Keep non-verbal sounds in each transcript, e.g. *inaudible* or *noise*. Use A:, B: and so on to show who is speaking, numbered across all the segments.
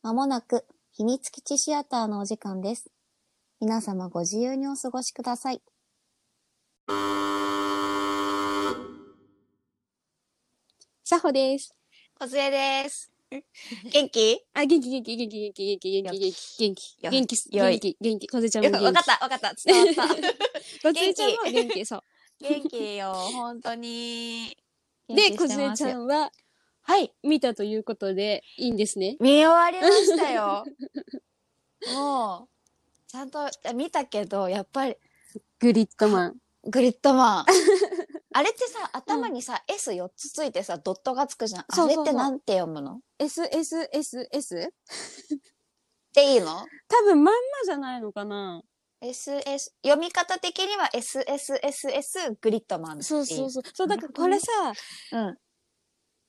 A: まもなく、秘密基地シアターのお時間です。皆様ご自由にお過ごしください。さほです。
B: こずえ
A: *laughs*
B: です。元気
A: あ、元気元気元気元気元気元気元気元気
B: よ
A: 元気
B: よい
A: 元気元気こずちゃんも
B: よ
A: 元
B: く
A: 気
B: わかった、わかった。伝わった。
A: こずえちゃんも元気そう。
B: 元気よ、本当に。
A: で、こずえちゃ
B: ん。
A: んは
B: はい。
A: 見たということでいいんですね。
B: 見終わりました *laughs* よ。もう、ちゃんと見たけど、やっぱり、
A: グリッドマン。
B: グリッド *laughs* マン。あれってさ、頭にさ、S4 つついてさ、ドットがつくじゃん。
A: そ
B: あ
A: うそう
B: れ
A: そう
B: ってなんて読むのっ
A: SSSS?
B: ていいの
A: 多分まんまじゃないのかな
B: ?SS、読み方的には SSSS グリッドマンってい。
A: そうそうそう。そう、だからこれさ、
B: うん。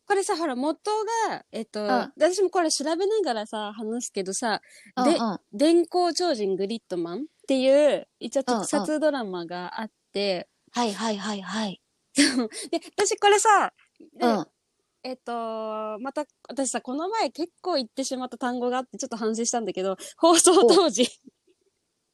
A: これさ、ほら、元が、えっと、
B: ん
A: 私もこれ調べながらさ、話すけどさ、
B: うん。
A: で
B: うん
A: 電光超人グリッドマンっていう、一応
B: うんうん
A: 特撮ドラマがあって、
B: はいはいはいはい。
A: で、私これさ、で
B: うん。
A: えっと、また、私さ、この前結構言ってしまった単語があって、ちょっと反省したんだけど、放送当時、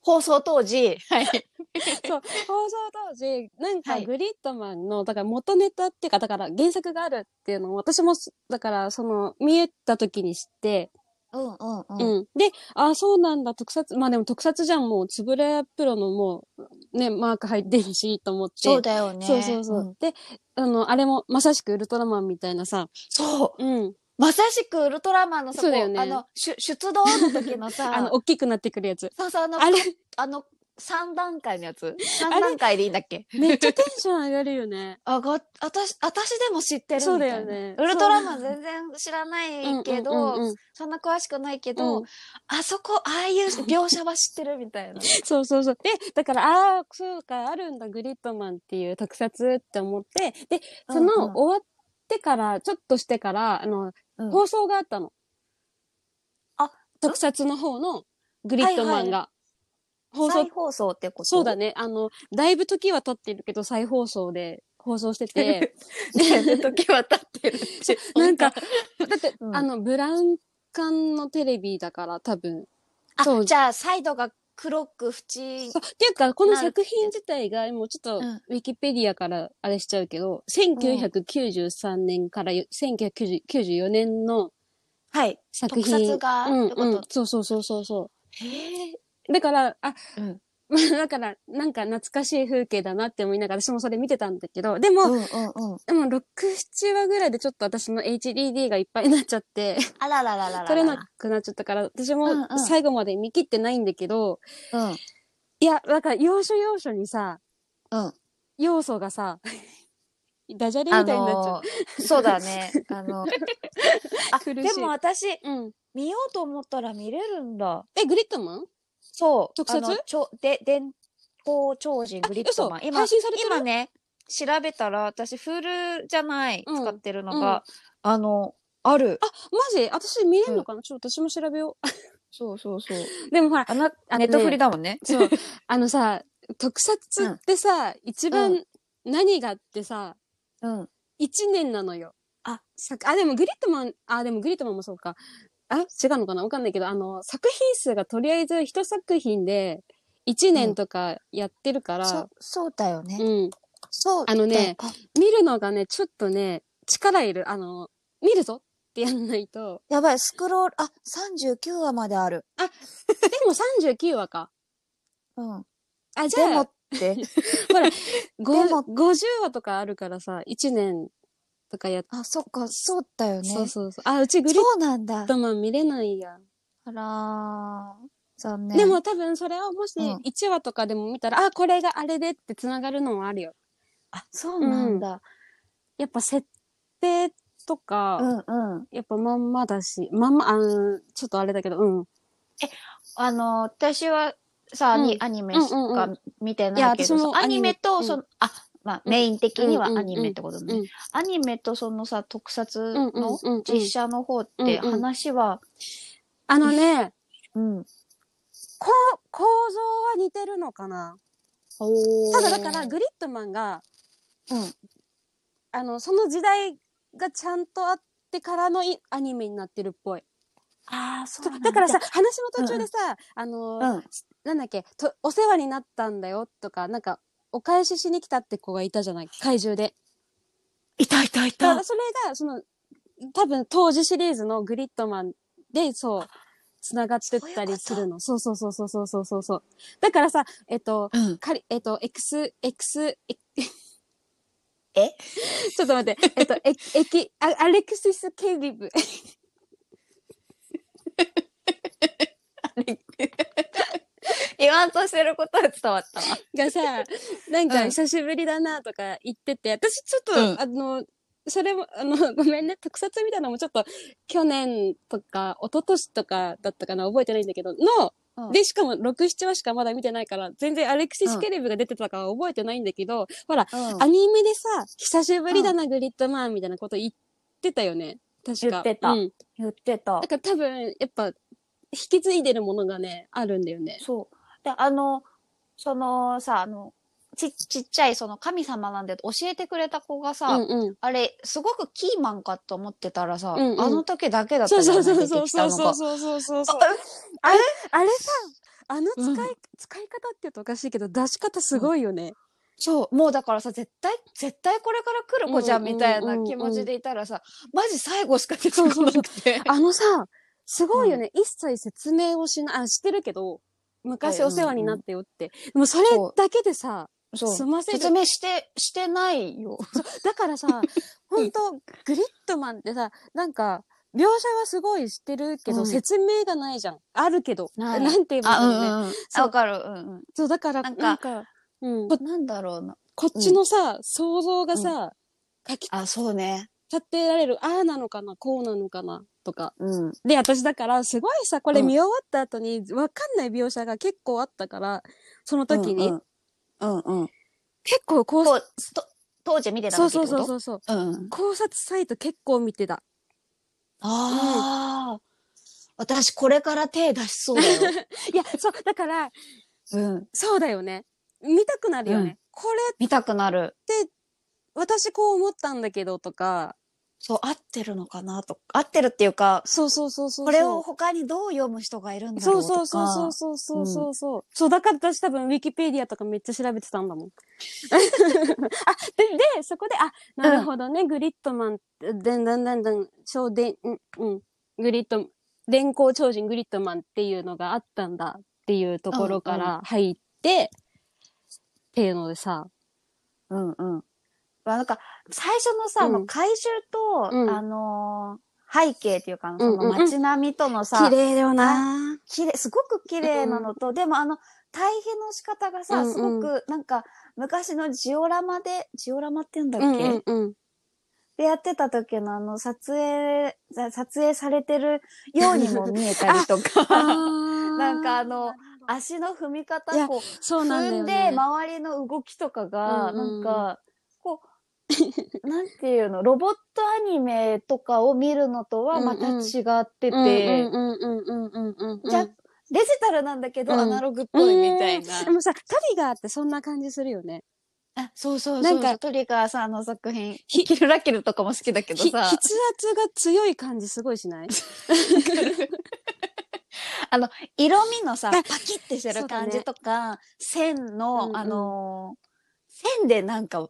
B: 放送当時。はい。
A: *laughs* そう、放送当時、なん
B: は
A: か
B: い
A: グリッドマンの、だから元ネタっていうか、だから原作があるっていうのを、私も、だから、その、見えた時に知って、
B: *laughs* うんうんうん。
A: うん。で、あ、そうなんだ、特撮、まあでも特撮じゃん、もう、つぶれプロのもう、ね、マーク入ってるし、と思って。
B: そうだよね。
A: そうそうそう、
B: ん
A: で、あの、あれも、まさしくウルトラマンみたいなさ、
B: そう。
A: うん。
B: まさしくウルトラマンのさ
A: そうだよね
B: こうあの、しゅ出動の時のさ、
A: *laughs* あの、大きくなってくるやつ。
B: そうそう、あの、
A: あれ、
B: あの、3段階のやつ。3
A: れ
B: 段階でいいんだっけ
A: めっちゃテンション上がる
B: *laughs*
A: よね。
B: あが、私、私でも知ってるみたいな。
A: そうだよね
B: ウルトラマン全然知らないけど、
A: うんうんうんうん
B: そんな詳しくないけど、
A: うん
B: あそこ、ああいう描写は知ってるみたいな。
A: そうそうそう。で、だから、ああ、そうか、あるんだ、グリッドマンっていう特撮って思って、で、 *laughs* そ
B: うんうん
A: の、終わってから、ちょっとしてから、あの、
B: うん
A: 放送があったの。
B: あ、
A: 特撮の方のグリッドマンが。放送
B: 再放送ってこと
A: そうだね。あの、だいぶ時は経ってるけど、再放送で放送して
B: *laughs*
A: て、
B: ね。時は経ってるって *laughs* いう。
A: なんか、だって、
B: うん
A: あの、ブラウン管のテレビだから、多分。そう
B: あ、じゃあ、サイドが黒く縁
A: そうっていうか、この作品自体が、もうちょっと、
B: うん
A: ウィキペディアからあれしちゃうけど、1993年からよ1994年の
B: はい。
A: 作
B: 特
A: 品。
B: 撮が
A: うん、
B: ってこ
A: うん
B: と。。
A: そうそうそうそうそ
B: へえ。
A: う。だから、あ、
B: うん。
A: まあ、だから、なんか懐かしい風景だなって思いながら、私もそれ見てたんだけど、でも、
B: うんうんうん。
A: でも、6、7話ぐらいでちょっと私の HDD がいっぱいになっちゃって、
B: あらららららら。
A: 取れなくなっちゃったから、私
B: うん
A: も
B: うん
A: 最後まで見切ってないんだけど、
B: うん。
A: いや、なんか、要所要所にさ、
B: うん。
A: 要素がさ、 *laughs* ダジャレみた
B: あ
A: いになっちゃう。
B: のー、そうだね。あの、 *laughs* あ、
A: 苦しい
B: でも私、
A: うん。
B: 見ようと思ったら見れるんだ。
A: え、グリッドマン
B: そう。
A: 特撮
B: あのちょで、電光超人グリッドマン。
A: 嘘
B: 今
A: 配、信されてる
B: 今ね、調べたら、私、フールじゃない、
A: うん
B: 使ってるのが、あの、ある。
A: マジ私見れんのかな、ちょっと私も調べよ
B: そうそうそう。
A: う。 *laughs* でもほら、
B: あな、
A: あの
B: ネッ
A: ね
B: トフリだもんね。 *laughs*
A: そう、あのさ、特撮ってさ、一
B: う
A: 番何があってさ、
B: うん。
A: 一年なのよ。あ、さあ、でもグリットマン、あ、でもグリットマンもそうか。あ、違うのかなわかんないけど、あの、作品数がとりあえず一作品で一年とかやってるか
B: そう
A: ら、、
B: そうだよね
A: うん。。
B: そうだ
A: あ
B: よ。
A: のね見るのがね、ちょっとね、力いる。あの、見るぞってやんないと。
B: やばい、スクロール、あ、39話まである。
A: でも39話か。
B: うん。
A: あ、じ
B: でも
A: ゃあ
B: っ、て、
A: *laughs* ご
B: でも
A: 50話とかあるからさ、一年とかやっ
B: あ、そっか、そうだよね。
A: そ
B: そう
A: そうそう。あ、うちグリッ
B: うなんだ。
A: トマン見れないや。
B: あらー、残念。
A: でも多分それをもし
B: うん
A: 1話とかでも見たら、あ、これがあれでって繋がるのもあるよ。
B: あ、そうなんだ。
A: やっぱ設定とか、
B: うんうん。
A: やっぱまんまだし、まんま、あの、ちょっとあれだけど、うん。
B: あの、私はさ、
A: うん
B: にアニメし
A: うんうんう
B: か見て
A: いや
B: ないけど、
A: 私も
B: そのアニメ
A: アニ
B: と、
A: メ
B: その、あ、まあ、
A: うん
B: メイン的には
A: うんうんう
B: ア
A: ん
B: ニメってことね。
A: うん
B: アニメとそのさ、特撮
A: うんうん
B: の
A: うんうん
B: 実写の方っ
A: うん
B: て
A: うん
B: 話は、
A: あのね、
B: うん。
A: こう構造は似てるのかな。
B: お
A: ただだから、グリッドマンが、
B: うん。
A: あの、その時代がちゃんとあってからのいアニメになってるっぽい。
B: ああ、そ
A: そうだからさ、、話の途中でさ、あの
B: う
A: ー、
B: ん。
A: なんだっけと、お世話になったんだよとか、なんか、お返ししに来たって子がいたじゃない怪獣で。
B: いたいたい
A: だ *laughs*
B: た。
A: それが、その、多分当時シリーズのグリッドマンで、そう、繋がってったりするの。そうそうそうそうそうそうそうそう。だからさ、えっと、
B: うん。
A: かり、えっと、X、X、え
B: え
A: *laughs* ちょっと待って、えっと、え、えき、あアレクシス・ケリブ。
B: 言わんとしてることは伝わったわ。
A: がさ、なんか
B: うん
A: 久しぶりだなとか言ってて、私ちょっと、
B: うん
A: あの、それも、あの、ごめんね、特撮みたいなのもちょっと、去年とか、一昨年とかだったかな、覚えてないんだけど、の、
B: うん
A: で、しかも、6、7話しかまだ見てないから、全然アレクシス・ケレブが出てたかは覚えてないんだけど、ほら、
B: うん
A: アニメでさ、久しぶりだな、グリッドマンみたいなこと言ってたよね。確
B: 言
A: か。
B: ってた
A: うん。
B: 言ってた
A: だ。から多分、やっぱ、引き継いでるものがね、あるんだよね。
B: そう。で、あの、そのさ、あの、ち、ちっちゃい、その神様なんで教えてくれた子がさ、
A: うんうん。
B: あれ、すごくキーマンかと思ってたらさ、
A: うんうん
B: あの時だけだっ
A: そ
B: た
A: う
B: じゃ
A: そ
B: な
A: う
B: い出
A: そう
B: て
A: そう
B: き
A: そ
B: た
A: う
B: の
A: そう
B: が。
A: そうそうそうそう。
B: あ
A: あれさ、あの使い、
B: うん
A: 使い方って言うとおかしいけど、出し方すごいよね。
B: そう、もうだからさ、絶対、絶対これから来る子じゃん
A: うんうん
B: みたいな
A: うんうん
B: 気持ちでいたらさ、マジ最後しか出てこなくて。
A: あのさ、すごいよね。一切説明をしない、あ、してるけど、昔お世話になったよって。でもそれだけでさ、
B: そう
A: 済ませる
B: 説明して、してないよ。
A: だからさ、ほんと、グリッドマンってさ、なんか、描写はすごいしてるけど、
B: うん
A: 説明がないじゃん。あるけど。
B: ない
A: んて言えばいいんだろうね。
B: んうん。
A: そう
B: わかる。うんうん。
A: そう、だから、な
B: なんん
A: か、
B: か
A: うん、
B: こなんだろうな。
A: こっちのさ、想像がさ、書き
B: あ、そうね。
A: 立てられる、ああなのかな、こうなのかな、とか。
B: うん。
A: で、私だから、すごいさ、これ
B: うん
A: 見終わった後に、わかんない描写が結構あったから、その時に、
B: うんうん。うんうん。
A: 結構考
B: こ
A: 察、
B: う、と当時見てた
A: そう
B: 時って
A: そ
B: こ
A: う
B: と
A: そうそうそう、
B: うんうん。
A: 考察サイト結構見てた。
B: ああ。私、これから手出しそうだよ。
A: *laughs* いや、そう、だから、
B: うん。
A: そうだよね。見たくなるよね。
B: うん
A: これ、
B: 見たくなる。
A: 私こう思ったんだけど、とか、
B: そう、合ってるのかなと。合ってるっていうか、
A: そうそうそうそうそう。
B: これを他にどう読む人がいるんだ
A: そ
B: ろう
A: う
B: とか。
A: そうそうそうそうそうそうそう、そうだから私多分ウィキペディアとかめっちゃ調べてたんだも *laughs* ん。あででそこであなるほどね、グリッドマンでんだんだんだん超でんうんうんグリッド電光超人グリッドマンっていうのがあったんだっていうところから入って、っていうのでさ
B: うんうん。まあなんか、最初のさ、
A: うん
B: あの怪獣と、
A: うん
B: あのー背景っていうか、そ
A: うんうん
B: の
A: うん
B: 街並みとのさ、
A: 綺麗だよな。
B: 綺麗、すごく綺麗なのと、でもあの、対比の仕方がさ、
A: うんうん
B: すごく、なんか、昔のジオラマで、ジオラマって言うんだっ
A: う
B: け、
A: んうんうん
B: でやってた時のあの、撮影、さ撮影されてるようにも見えたりと
A: *laughs*
B: か、
A: な
B: *laughs* なんかあの、足の踏み方
A: いや、
B: こう、
A: そうなんだ
B: 踏
A: よ
B: ん
A: ね、
B: で、周りの動きとかが、
A: うんうん
B: なんか、こう、 *laughs* なんていうの、ロボットアニメとかを見るのとはまた違ってて、
A: うんうんうんうんうんうんうん
B: じゃデジタルなんだけど、
A: うん
B: アナログっぽいみたいな
A: うん。でもさ、トリガーってそんな感じするよね。
B: あそうそうそう。
A: な
B: なんん
A: か
B: か、トリガーさんの作品、キルラキルとかも好きだけど
A: ひ筆
B: さ
A: 圧、が強い感じすごい
B: *laughs*
A: しない
B: 色味のさ、
A: あ
B: パキってして
A: そう
B: る
A: だね
B: 感じとか、線
A: うんう
B: の、
A: ん
B: あのー線でなんか、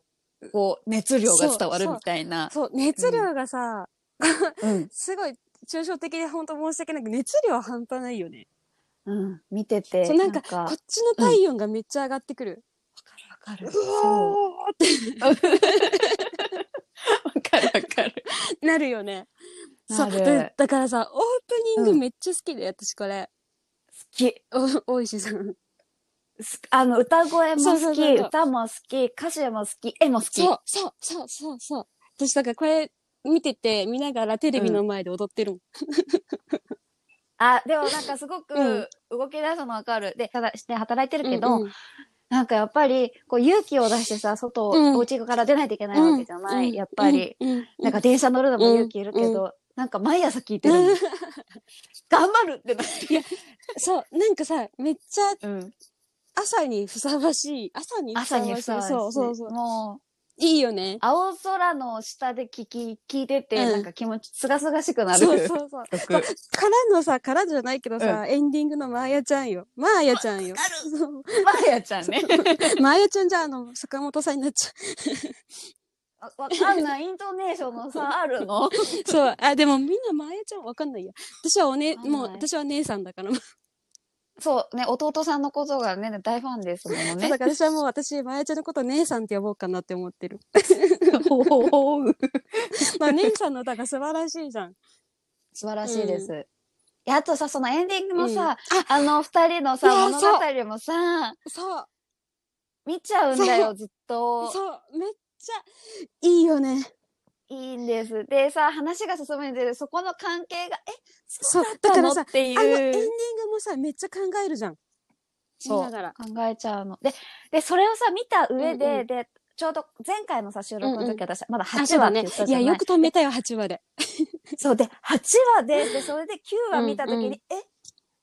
B: こう、熱量が伝わるみたいな。
A: そう、熱量がさ、
B: うん。
A: すごい抽象的で本当申し訳なく熱量半端ないよね。
B: うん。見てて。
A: そうなんかこ
B: わ
A: っちの体温がめっちゃ上がってくる。
B: かるわかる。
A: う
B: そう。
A: わーって
B: わかるわかる。
A: なるよね。そう
B: なる
A: だ。だからさ、オープニング
B: うん
A: めっちゃ好きで、私これ。
B: 好き。
A: お、大石さん。
B: すあの、歌声も
A: そうそ
B: 好
A: う
B: き、
A: そうそう
B: 歌も好き、歌詞も好き、絵も好き。
A: そう、そう、そう、そう、そう。私だからこれ見てて、見ながらテレビの前で踊ってるもん。
B: あ、でもなんかすご
A: うん
B: く動き出すのわかる。で、ただして働いてるけ
A: う
B: ど
A: ん、うん
B: なんかやっぱり、こう勇気を出してさ、外、
A: うん
B: お家から出ないといけないわけじゃない、やっぱり。。
A: うんうん
B: なんか電車乗るのも勇気いるけ
A: う
B: ど、なんか毎朝聞いてるの。頑張るって
A: *laughs*
B: なって。
A: そう、なんかさ、めっちゃ
B: うん。
A: 朝にふさわしい。朝にふ
B: 朝
A: さわしい。
B: にふさわしい。
A: そうそうそう。
B: も
A: いいよね。
B: 青空の下で聞き、聞いてて、
A: うん
B: なんか気持ち、すがすがしくなる。
A: そう
B: *laughs*
A: そうそう。
B: 曲
A: まあからのさ、からじゃないけどさ、エンディングのマーヤちゃんよ。マーヤちゃんよ。そう
B: まやちゃんね。
A: マーヤちゃんじゃあ、の、坂本さんになっちゃ
B: あわかんない、イントネーションの *laughs* さ、あるの
A: う。そう。あ、でもみんなマーヤちゃんわかんないや。私はお
B: わ
A: ね、
B: かんない
A: もう、私は姉さんだから。
B: そう、ね、弟さんのことがね、大ファンですもん
A: そう
B: ね
A: *laughs* だ。から私はもう私、まやちゃんのこと姉さんって呼ぼうかなって思ってる。
B: ほほほう
A: *laughs* まあ姉さんの歌が素晴らしいじゃん。
B: 素晴らしいです。いやあとさ、そのエンディングの
A: うん
B: さ、あの二人のさ、
A: いや
B: 物
A: そう
B: 語もさ、
A: そう、
B: 見ちゃうんだ
A: そ
B: よ、ずっと。
A: そう、めっちゃいいよね。
B: いいんです。でさ、話が進むにつれて、そこの関係が、え、
A: そう、
B: だ
A: だ
B: か
A: からら
B: さ、
A: さ
B: っ、てい
A: あのエンディン
B: う。
A: グもさ、めっちゃ考えるじゃん。
B: そう
A: 見ながら。
B: 考えちゃうの。で、で、それをさ、見た上で、
A: うんうん
B: で、ちょうど前回のさ、収録の
A: うんう
B: 時
A: ん
B: 私、まだ
A: あ、
B: 8
A: そ
B: 話
A: うだ
B: って
A: ね
B: 言った。
A: い
B: じゃ
A: や、
B: ない、
A: よく止めたよ、8話で。
B: そうで、8話で、で、それで9話見た時に、
A: うんうん
B: え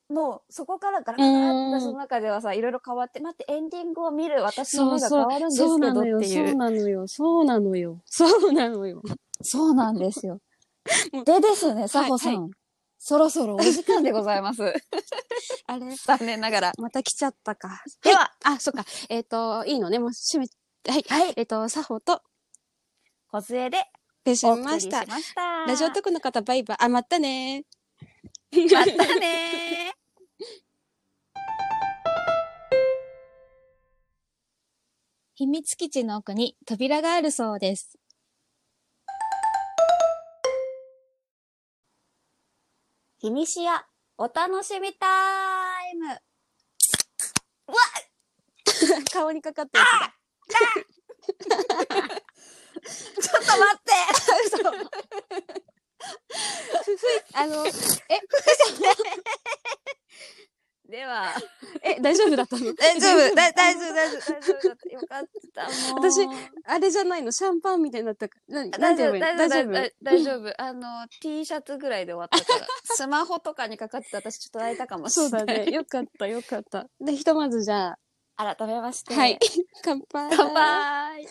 B: もう、そこからガラガラって私の中ではさ、いろいろ変わって、待って、エンディングを見る私の目が変わるんですけ
A: そうな
B: ど
A: の
B: っ
A: よ、
B: て
A: そ
B: いうう。
A: なのよ、そうなのよ、そうなのよ。
B: そうなんですよ *laughs*
A: も。う
B: でですね、サホさん、
A: はい
B: そろそろお時間でございます。
A: *laughs*
B: *laughs*
A: あれ
B: 残念ながら。
A: また来ちゃったか。
B: *laughs* では、
A: あ、そっか。えっ、と、いいのね、もう閉め、はい。
B: はい
A: えっ、と、作法と、
B: 小杖で
A: 出し
B: お送り
A: ま
B: し
A: し
B: ま
A: た
B: し。た。
A: ラジオトークの方、バイバイ。あ、またねー。
B: またねー。
C: 秘密基地の奥に扉があるそうです。
B: *laughs* ひみしや、お楽しみタイム。
A: *laughs* 顔にかかってる。
B: *laughs* ちょっと待って *laughs*
A: あの、
B: では、
A: え、 *laughs* 大丈夫だったの
B: 大丈夫、だ大丈夫、大丈夫、大丈夫だった。よかった、もう。
A: 私あれじゃないのシャンパンみたいになったか。なな
B: 大
A: んて
B: 丈
A: 言え
B: 夫、
A: ばいい
B: 大丈
A: の大丈
B: 夫、
A: 夫
B: 大大丈夫。あの、T シャツぐらいで終わった *laughs* から。スマホとかにかかってた私ちょっと泣いたかもし
A: そ
B: れ
A: う
B: な
A: だ
B: い。
A: ね。。
B: *laughs*
A: よかった、よかった。で、ひとまずじゃあ、
B: 改めまして。
A: はい。。 *laughs* 乾杯。
B: 乾杯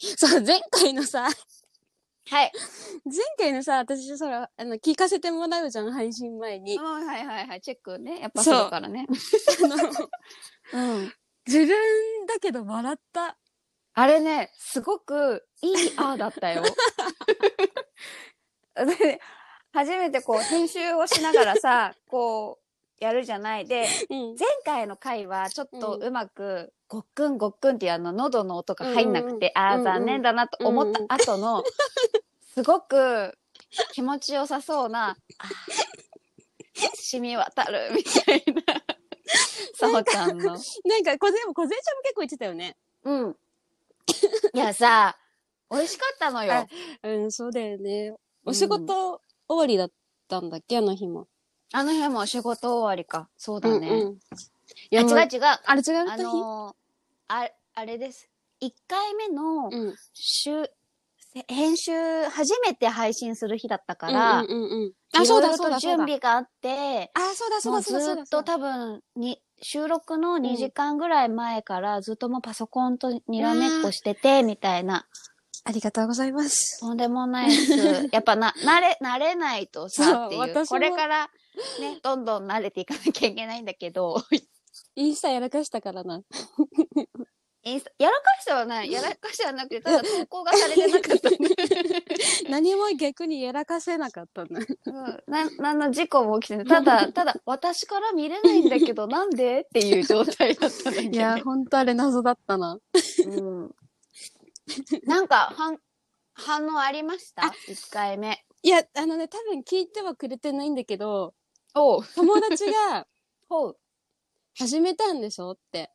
A: そう、前回のさ、 *laughs*
B: はい。
A: 前回のさ、私、そら、あの、聞かせてもらうじゃん、配信前に
B: も。うはいはいはい。チェックね。やっぱするからね。
A: *laughs* あの
B: うん。
A: 自分だけど笑った。
B: あれね、すごくいいあーだった
A: *laughs*
B: よ。で初めてこう編集をしながら
A: *laughs*
B: さ、こうやるじゃない。で、
A: うん。
B: 前回の回はちょっと
A: うん
B: うまく、ごっくんごっくんっていうあの喉の音が入んなくて、あ
A: うん
B: あ、
A: うん
B: 残念だなと思った後の、すごく気持ちよさそうな、あー染み渡るみたいな、さほちゃんの。
A: なんか、こぜ、でも、こぜちゃんも結構言ってたよね。
B: うん。いやさ、美味しかったのよ
A: あ。うん、そうだよね。お仕事終わりだったんだっけ、あの日も。
B: あの辺も仕事終わりか。そうだね。
A: うんうん。い
B: いや、
A: や、
B: 違う
A: 違う。
B: 違う。
A: あれ違う
B: あ
A: 日、
B: のーあ、あれです。1回目の
A: うん。
B: 週、せ編集、初めて配信する日だったから、
A: うんうんうんうん、
B: い
A: あ、
B: ろ
A: そう
B: いろ
A: だ、そう
B: と
A: だ、そう
B: 準
A: だ。
B: 備があって、
A: あ、そうだ、そう
B: もう
A: だ、
B: ず
A: そうだ、そう
B: ー
A: だ
B: っ。と
A: そうだ
B: 多分に、収録の2時間ぐらい前からずっともうパソコンとにらめっこしてて、みたいな。
A: ありがとうございます。
B: とんでもない
A: *laughs*
B: です。やっぱな、慣れ、慣れないと
A: そう
B: さ、っていう。
A: 私も
B: これから、ね、どんどん慣れていかなきゃいけないんだけ
A: *laughs*
B: ど、
A: インスタやらかしたか
B: *laughs*
A: らな。
B: インスタやらかしてはない。やらかしてはなくて、ただ投稿がされてなか
A: *laughs*
B: ったね。
A: 何も逆にやらかせなかったな。
B: うんな、なんの事故も起きてない。た
A: *laughs*
B: だ、ただ、私から見れないんだけど、なんでっていう状態だったんだけど、
A: いや、ほんとあれ謎だったな。
B: うん。なんか、反、反応ありました ?1 回目。
A: いや、あのね、多分聞いてはくれてないんだけど、
B: おう。
A: 友達が
B: *laughs* ほう。
A: 始めたんでしょって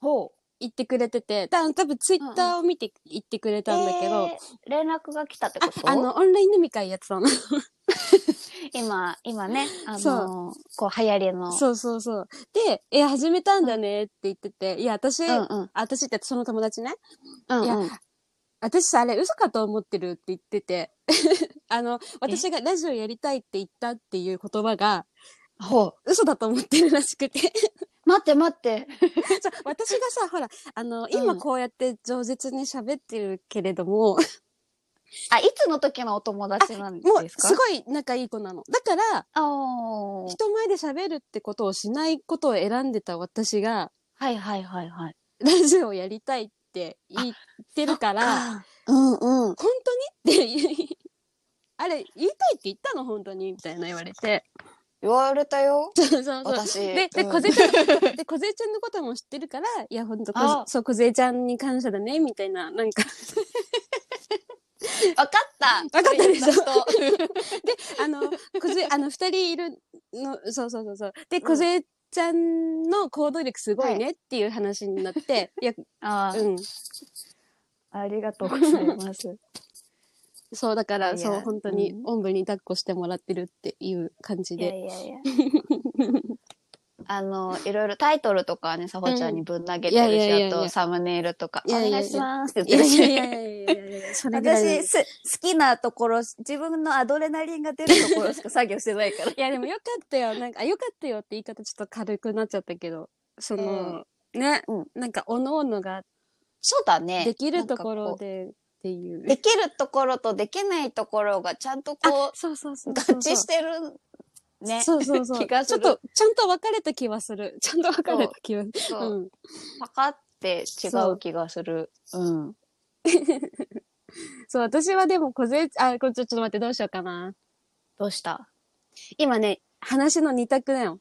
B: ほう。
A: 言ってくれてて、た多分ツイッターを見て言ってくれたんだけど、
B: えー連絡が来たってこ
A: あ
B: と
A: あの、オンライン飲み会やってたの。
B: 今、今ね、あの
A: そ
B: こう、流行りの。
A: そうそうそう。で、いや、始めたんだねって言ってて、いや、私、
B: うんうん。
A: 私ってその友達ね、
B: うんうん。
A: 私さ、あれ嘘かと思ってるって言ってて、 *laughs* あの、私がラジオやりたいって言ったっていう言葉が、
B: ほう。
A: 嘘だと思ってるらしくて。
B: 待って待って。
A: *laughs* じゃあ私がさ、ほら、あの、今
B: うん
A: こうやって饒舌に喋ってるけれ
B: *laughs*
A: ども、
B: あ、いつの時のお友達なん
A: も
B: で
A: う
B: すか
A: すごい仲いい子なの。だから、
B: あおー
A: 人前で喋るってことをしないことを選んでた私が、 *laughs*
B: はいはいはいはい。
A: ラジオをやりたいって言ってるから、
B: あうんうん。
A: 本当にって言い、 *laughs* あれ、言いたいって言ったの本当にみたいな言われて。
B: 言われたよ。
A: *laughs* そうそうそう。
B: 私
A: で、で、
B: うん
A: 小ちゃん *laughs* のこと、で、小ちゃんのことも知ってるから、いや、ほんと、こ
B: あ
A: そう、小ちゃんに感謝だね、みたいな、なんか、
B: わかった。
A: わかったでしょ
B: それ言った人
A: あの、小杖、あの、二人いるの、そうそうそうそう。で、
B: ん
A: 小杖ちゃんの行動力すごい
B: は
A: ねっていう話になって、い、や、
B: あー
A: うん。
B: ありがとうござい
A: *laughs*
B: ます。
A: そう、だか
B: い
A: ら、
B: や
A: そう、本当に
B: う、ん
A: おんぶに抱っこしてもらってるっていう感じ
B: いや
A: で。
B: いやいや。あの、いろいろタイトルとかはね、さほちゃんにぶん投げて
A: うんい
B: る
A: やいや
B: し、
A: いやい
B: あ
A: や
B: とサムネイルとか、
A: いやい
B: お
A: やいや
B: 願いしますって
A: いや
B: 言ってる
A: いやいや
B: し。
A: いやいやいやいや、それぐらい
B: 私、す、好きなところ、自分のアドレナリンが出るところしか作業してない
A: *laughs*
B: から。
A: いや、でもよかったよ。なんか、あよかったよって言い方ちょっと軽くなっちゃったけど、その、ね、
B: うん
A: なんか、おのおのが
B: そうだね。
A: できるとこ
B: なん
A: ろ
B: かう。
A: でっていう。
B: できるところとできないところがちゃんとこ、
A: あそうそうそうう
B: 合
A: そう。
B: 致してるね。
A: そうそうそ
B: *laughs*
A: う。
B: 気がする
A: ちょっと、ちゃんと分かれた気はする。 *laughs* ちゃんと分かれた気はする。
B: そう
A: うん。
B: パカって違う気がする。うん。
A: そう、私はでも、小杖、あ、これちょちょっと待って、どうしようかな。
B: どうした
A: 今ね、話の二択だよ。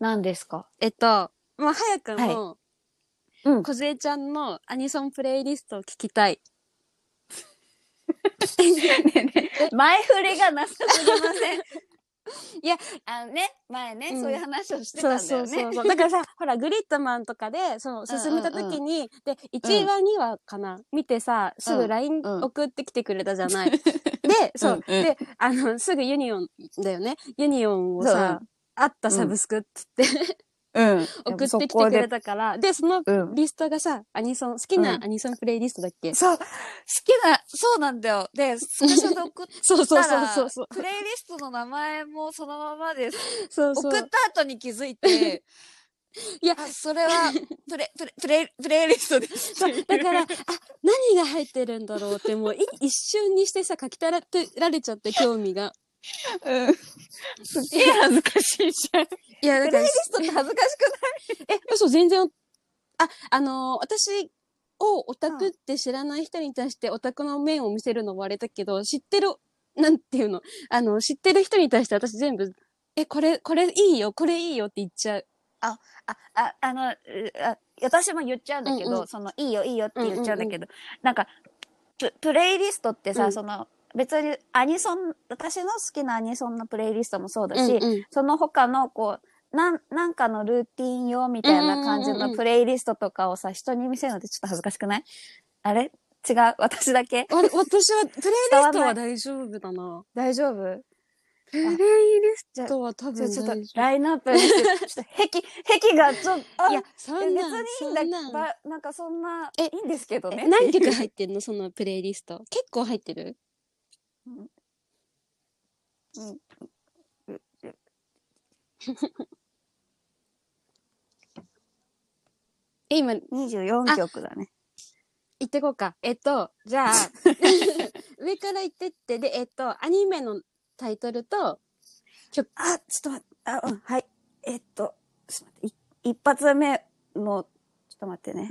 B: 何ですか
A: えっと、まあ、早くも、
B: うん。
A: 小杖ちゃんのアニソンプレイリストを聞きたい。
B: 前振りがなさすぎません。 *laughs*
A: いや、
B: あのね、前ね、
A: うん
B: そういう話をして
A: そ
B: た
A: うん
B: だ
A: そ
B: よ
A: う
B: ね。
A: そうそう。だからさ、ほら、グリッドマンとかで、そう、進めた時に、で、1話、2話かな、見てさ、す
B: う
A: ぐ
B: ん
A: LINE
B: うん
A: 送ってきてくれたじゃない。
B: *laughs*
A: で、そう、
B: うんうん
A: で、あの、すぐユニオンだよね。ユニオンをさ、あったサブスクっつって、
B: うん。
A: 送ってきてくれたから、で、その
B: うん。
A: リストがさ、アニソン、好き
B: う
A: なんアニソンプレイリストだっけ、
B: そう、好きな、そうなんだよ。で、スクショで送っ *laughs*
A: そう
B: た
A: そうそう
B: ら、
A: そうそう。
B: プレイリストの名前もそのままです。
A: そうそ
B: 送
A: う。
B: った後に気づいて、
A: いや
B: あ、それ
A: *laughs*
B: は、プレ、プレ、プレ、プレイリストです。
A: そうだから、あ、何が入ってるんだろうって、もうい
B: *laughs*
A: 一瞬にしてさ、書きたらてられちゃって、興味が。
B: うん。すげえ恥ずかしいじゃん。
A: いや、だ
B: プレイ
A: から
B: リ、ストって恥ずかしくない
A: え、嘘、全然、あ、あのー私をオタクって知らない人に対してオタクの面を見せるのもあれだけど、知ってる、なんていうの、あの、知ってる人に対して私全部、え、これ、これいいよ、これいいよって言っちゃう。
B: あ、あ、あの、うあ私も言っちゃうんだけど、
A: うんうん
B: その、いいよいいよって言っちゃうんだけど、なんか、ププレイリストってさ、
A: うん
B: その、別にアニソン、私の好きなアニソンのプレイリストもそうだし、
A: うんうん
B: その他の、こう、なん、なんかのルーティン用みたいな感じ
A: うんうんうん
B: の
A: うん
B: プレイリストとかをさ、人に見せるのってちょっと恥ずかしくないあれ違う私だけ
A: あれ私は、プレイリ
B: 伝わ
A: ス
B: ん
A: ト
B: ない
A: は大丈夫だな。
B: 大丈夫
A: プレイリ
B: じゃあ
A: ストは多分
B: じゃあち
A: 大丈
B: ょっ
A: 夫
B: と。、ラインナップ見せて、ちょっと、壁、 *laughs* 壁がちょっと、あ
A: いや、、そ
B: 別
A: ん
B: に
A: なん、
B: いいん
A: そ
B: だけ
A: んなん
B: ど、なんかそんな、
A: え
B: いいんですけどね。
A: え何曲入ってんのそのプレイリスト。結構入ってるえ、今、言
B: ?24 曲だね。
A: ってこうか。えっと、じゃあ、上から言ってって、で、えっと、アニメのタイトルと、
B: あ、ちょっと待って、あ、うん、はい。えっと、ちょっと待って、い一発目の、ちょっと待ってね。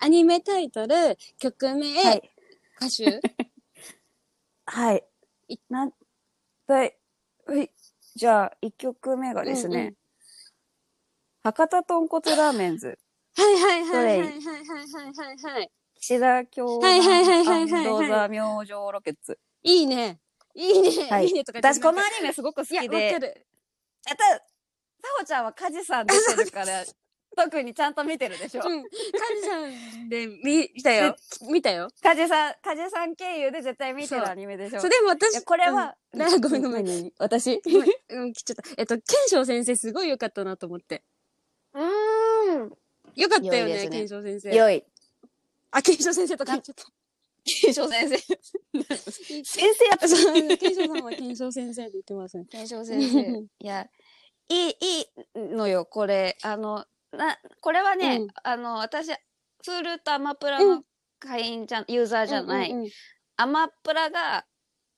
A: アニメタイトル、曲名、
B: はい。
A: 歌手。
B: はい
A: い。
B: なん、はい。はい。じゃあ、一曲目がですね、
A: うんうん
B: 博多豚骨ラーメンズ、
A: はいはいはいはいはいはいはいはい。
B: 岸田京
A: はいはいはいはいはい
B: ドザ明星ロケッツ。
A: いいね。いいね。
B: はい
A: い、いねとか言って
B: 私、この
A: な
B: ア
A: んか
B: ニメすごく好
A: いや、
B: き
A: わか
B: で、
A: る。
B: あた、さほちゃんはカジさん出てる
A: *laughs*
B: から、特にちゃんと見てるでしょ
A: うん。カジさんで見見たよ。見たよ。
B: カジさん、カジさん経由で絶対見てるアニメでしょ
A: そう、でも
B: いや
A: 私、
B: これは、
A: うんあごめんごめん
B: 何々私
A: ごめん、うん、来ちゃった。えっと、ケンショウ先生すごい良かったなと思って。
B: うん。
A: 良かった
B: 良い
A: よ
B: で
A: ね、
B: すね
A: ケンショウ先生。
B: 良い。
A: あ、ケンショウ先生とか言っちゃった。
B: 検証先生。*laughs*
A: 先
B: 先生やっ
A: 生、 *laughs* ケンショウさんはケンショウ先生で言ってません。
B: 検証先生。いや、いい、いいのよ、これ。あの、なこれはね、
A: うん
B: あの私フールとアマプラ
A: うん
B: の会員じゃ、ユーザーじゃない、
A: うんうんうん
B: アマプラが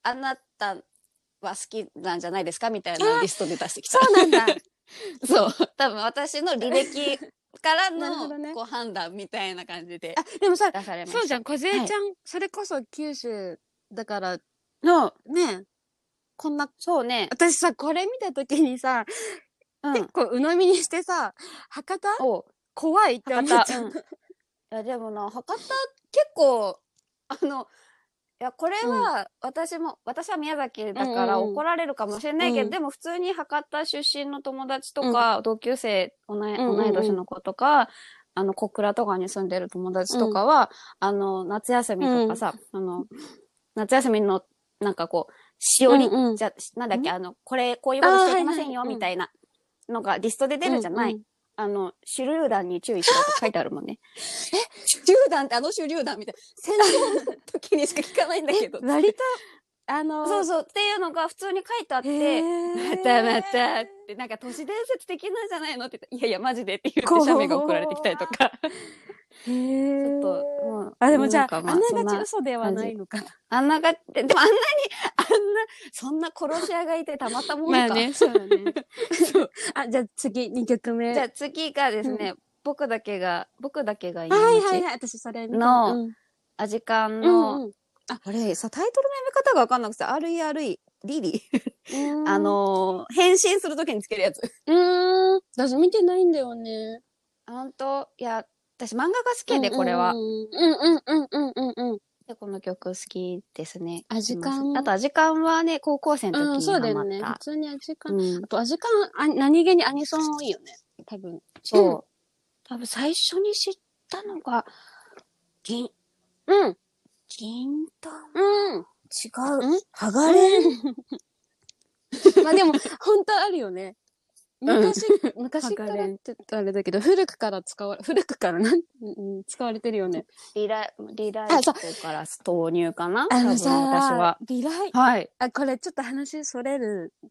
B: あなたは好きなんじゃないですかみたいなリストで出してきた
A: そうなんだ。
B: *laughs* そう多分私の履歴から
A: なるほ
B: の
A: どね
B: こう判断みたいな感じで
A: あ、でもさ、
B: 出されま
A: そう
B: し
A: じ
B: た
A: ゃん、小杉ちゃん、それこそ九州だから、
B: の
A: ね、こんな、
B: そうね、
A: 私さ、これ見たときにさ、
B: う
A: 結
B: ん、
A: 構鵜呑みにしてさ、博多
B: お
A: 怖いって思
B: 博多、
A: っちゃう。
B: うんいやでもな博多結構あのいやこれは私も、私は宮崎だか
A: うん
B: ら
A: うんうん
B: 怒られるかもしれないけど、
A: うん
B: でも普通に博多出身の友達とか、同級生同い
A: うんうん
B: 同い年の子とか、あの小倉とかに住んでる友達とかは、あの夏休みとかさ、あの夏休みのなんかこうしおり、
A: うんうん
B: じゃなんだっけ
A: う
B: あのこれこういうことしていきません
A: あ
B: よ
A: ーはいはい
B: みたいなのがリストで出るじゃない。
A: うんうん。
B: あの、手榴弾に注意しろって書いてあるもんね。 *laughs* え手榴弾ってあの手榴弾みたいな。戦争の時にしか聞かないんだけど *laughs*
A: 割と、あの、
B: そうそう。っていうのが普通に書いてあっ
A: へ
B: て、
A: ー
B: またまたって、なんか都市伝説的なんじゃないのって言ったらいやいや、マジでって言
A: こ
B: っ
A: う
B: て写メが送られてきたりと *laughs* か。
A: へ
B: ち
A: ー
B: ょっと、もう。
A: あ、でもじゃ
B: な
A: あ、
B: んかま
A: あなが
B: そ
A: ち
B: んな
A: 嘘ではないのかな。
B: あんなが、ででもあんなに、あんな、そんな殺し屋がいてたまったもんか。、
A: そうだね。あ、じゃあ次、2曲目。
B: じゃあ次がですね、僕だけが、僕だけがいい
A: はいはいはい、私それ見た
B: の
A: うん
B: アジカンの、
A: うん
B: あれさ、タイトルの読み方がわかんなくて、RERE、リリ。
A: うん。
B: あ、のー、変身するときにつけるやつ。
A: うーん。私見てないんだよね。
B: ほんと、いや、私漫画が好きで、これは
A: う。んうんうんうんうんうんうん。
B: で、この曲好きですね。
A: アジカン
B: あと、アジカンはね、高校生の時
A: うん、
B: に
A: そ
B: ハ
A: うだ
B: マ
A: よね。
B: っ
A: 普
B: た。
A: 通にアジカン。
B: うん
A: あ、とアジカン、あ何気にアニソン多いよね。多分。
B: そう。多分最初に知ったのが、銀、
A: うん。
B: 銀と
A: う
B: 違
A: ん。う
B: う。剥が
A: まあでも、本当あるよね。昔、昔からって言ったらあれだけど、古くから使われ、古くからなん、うん使われてるよね。
B: リラ、リライ
A: あそう
B: トから投入かな
A: あ
B: 多
A: の
B: 分私は
A: さ。、リライ
B: はい。
A: あ、これちょっと話それる。
B: *laughs*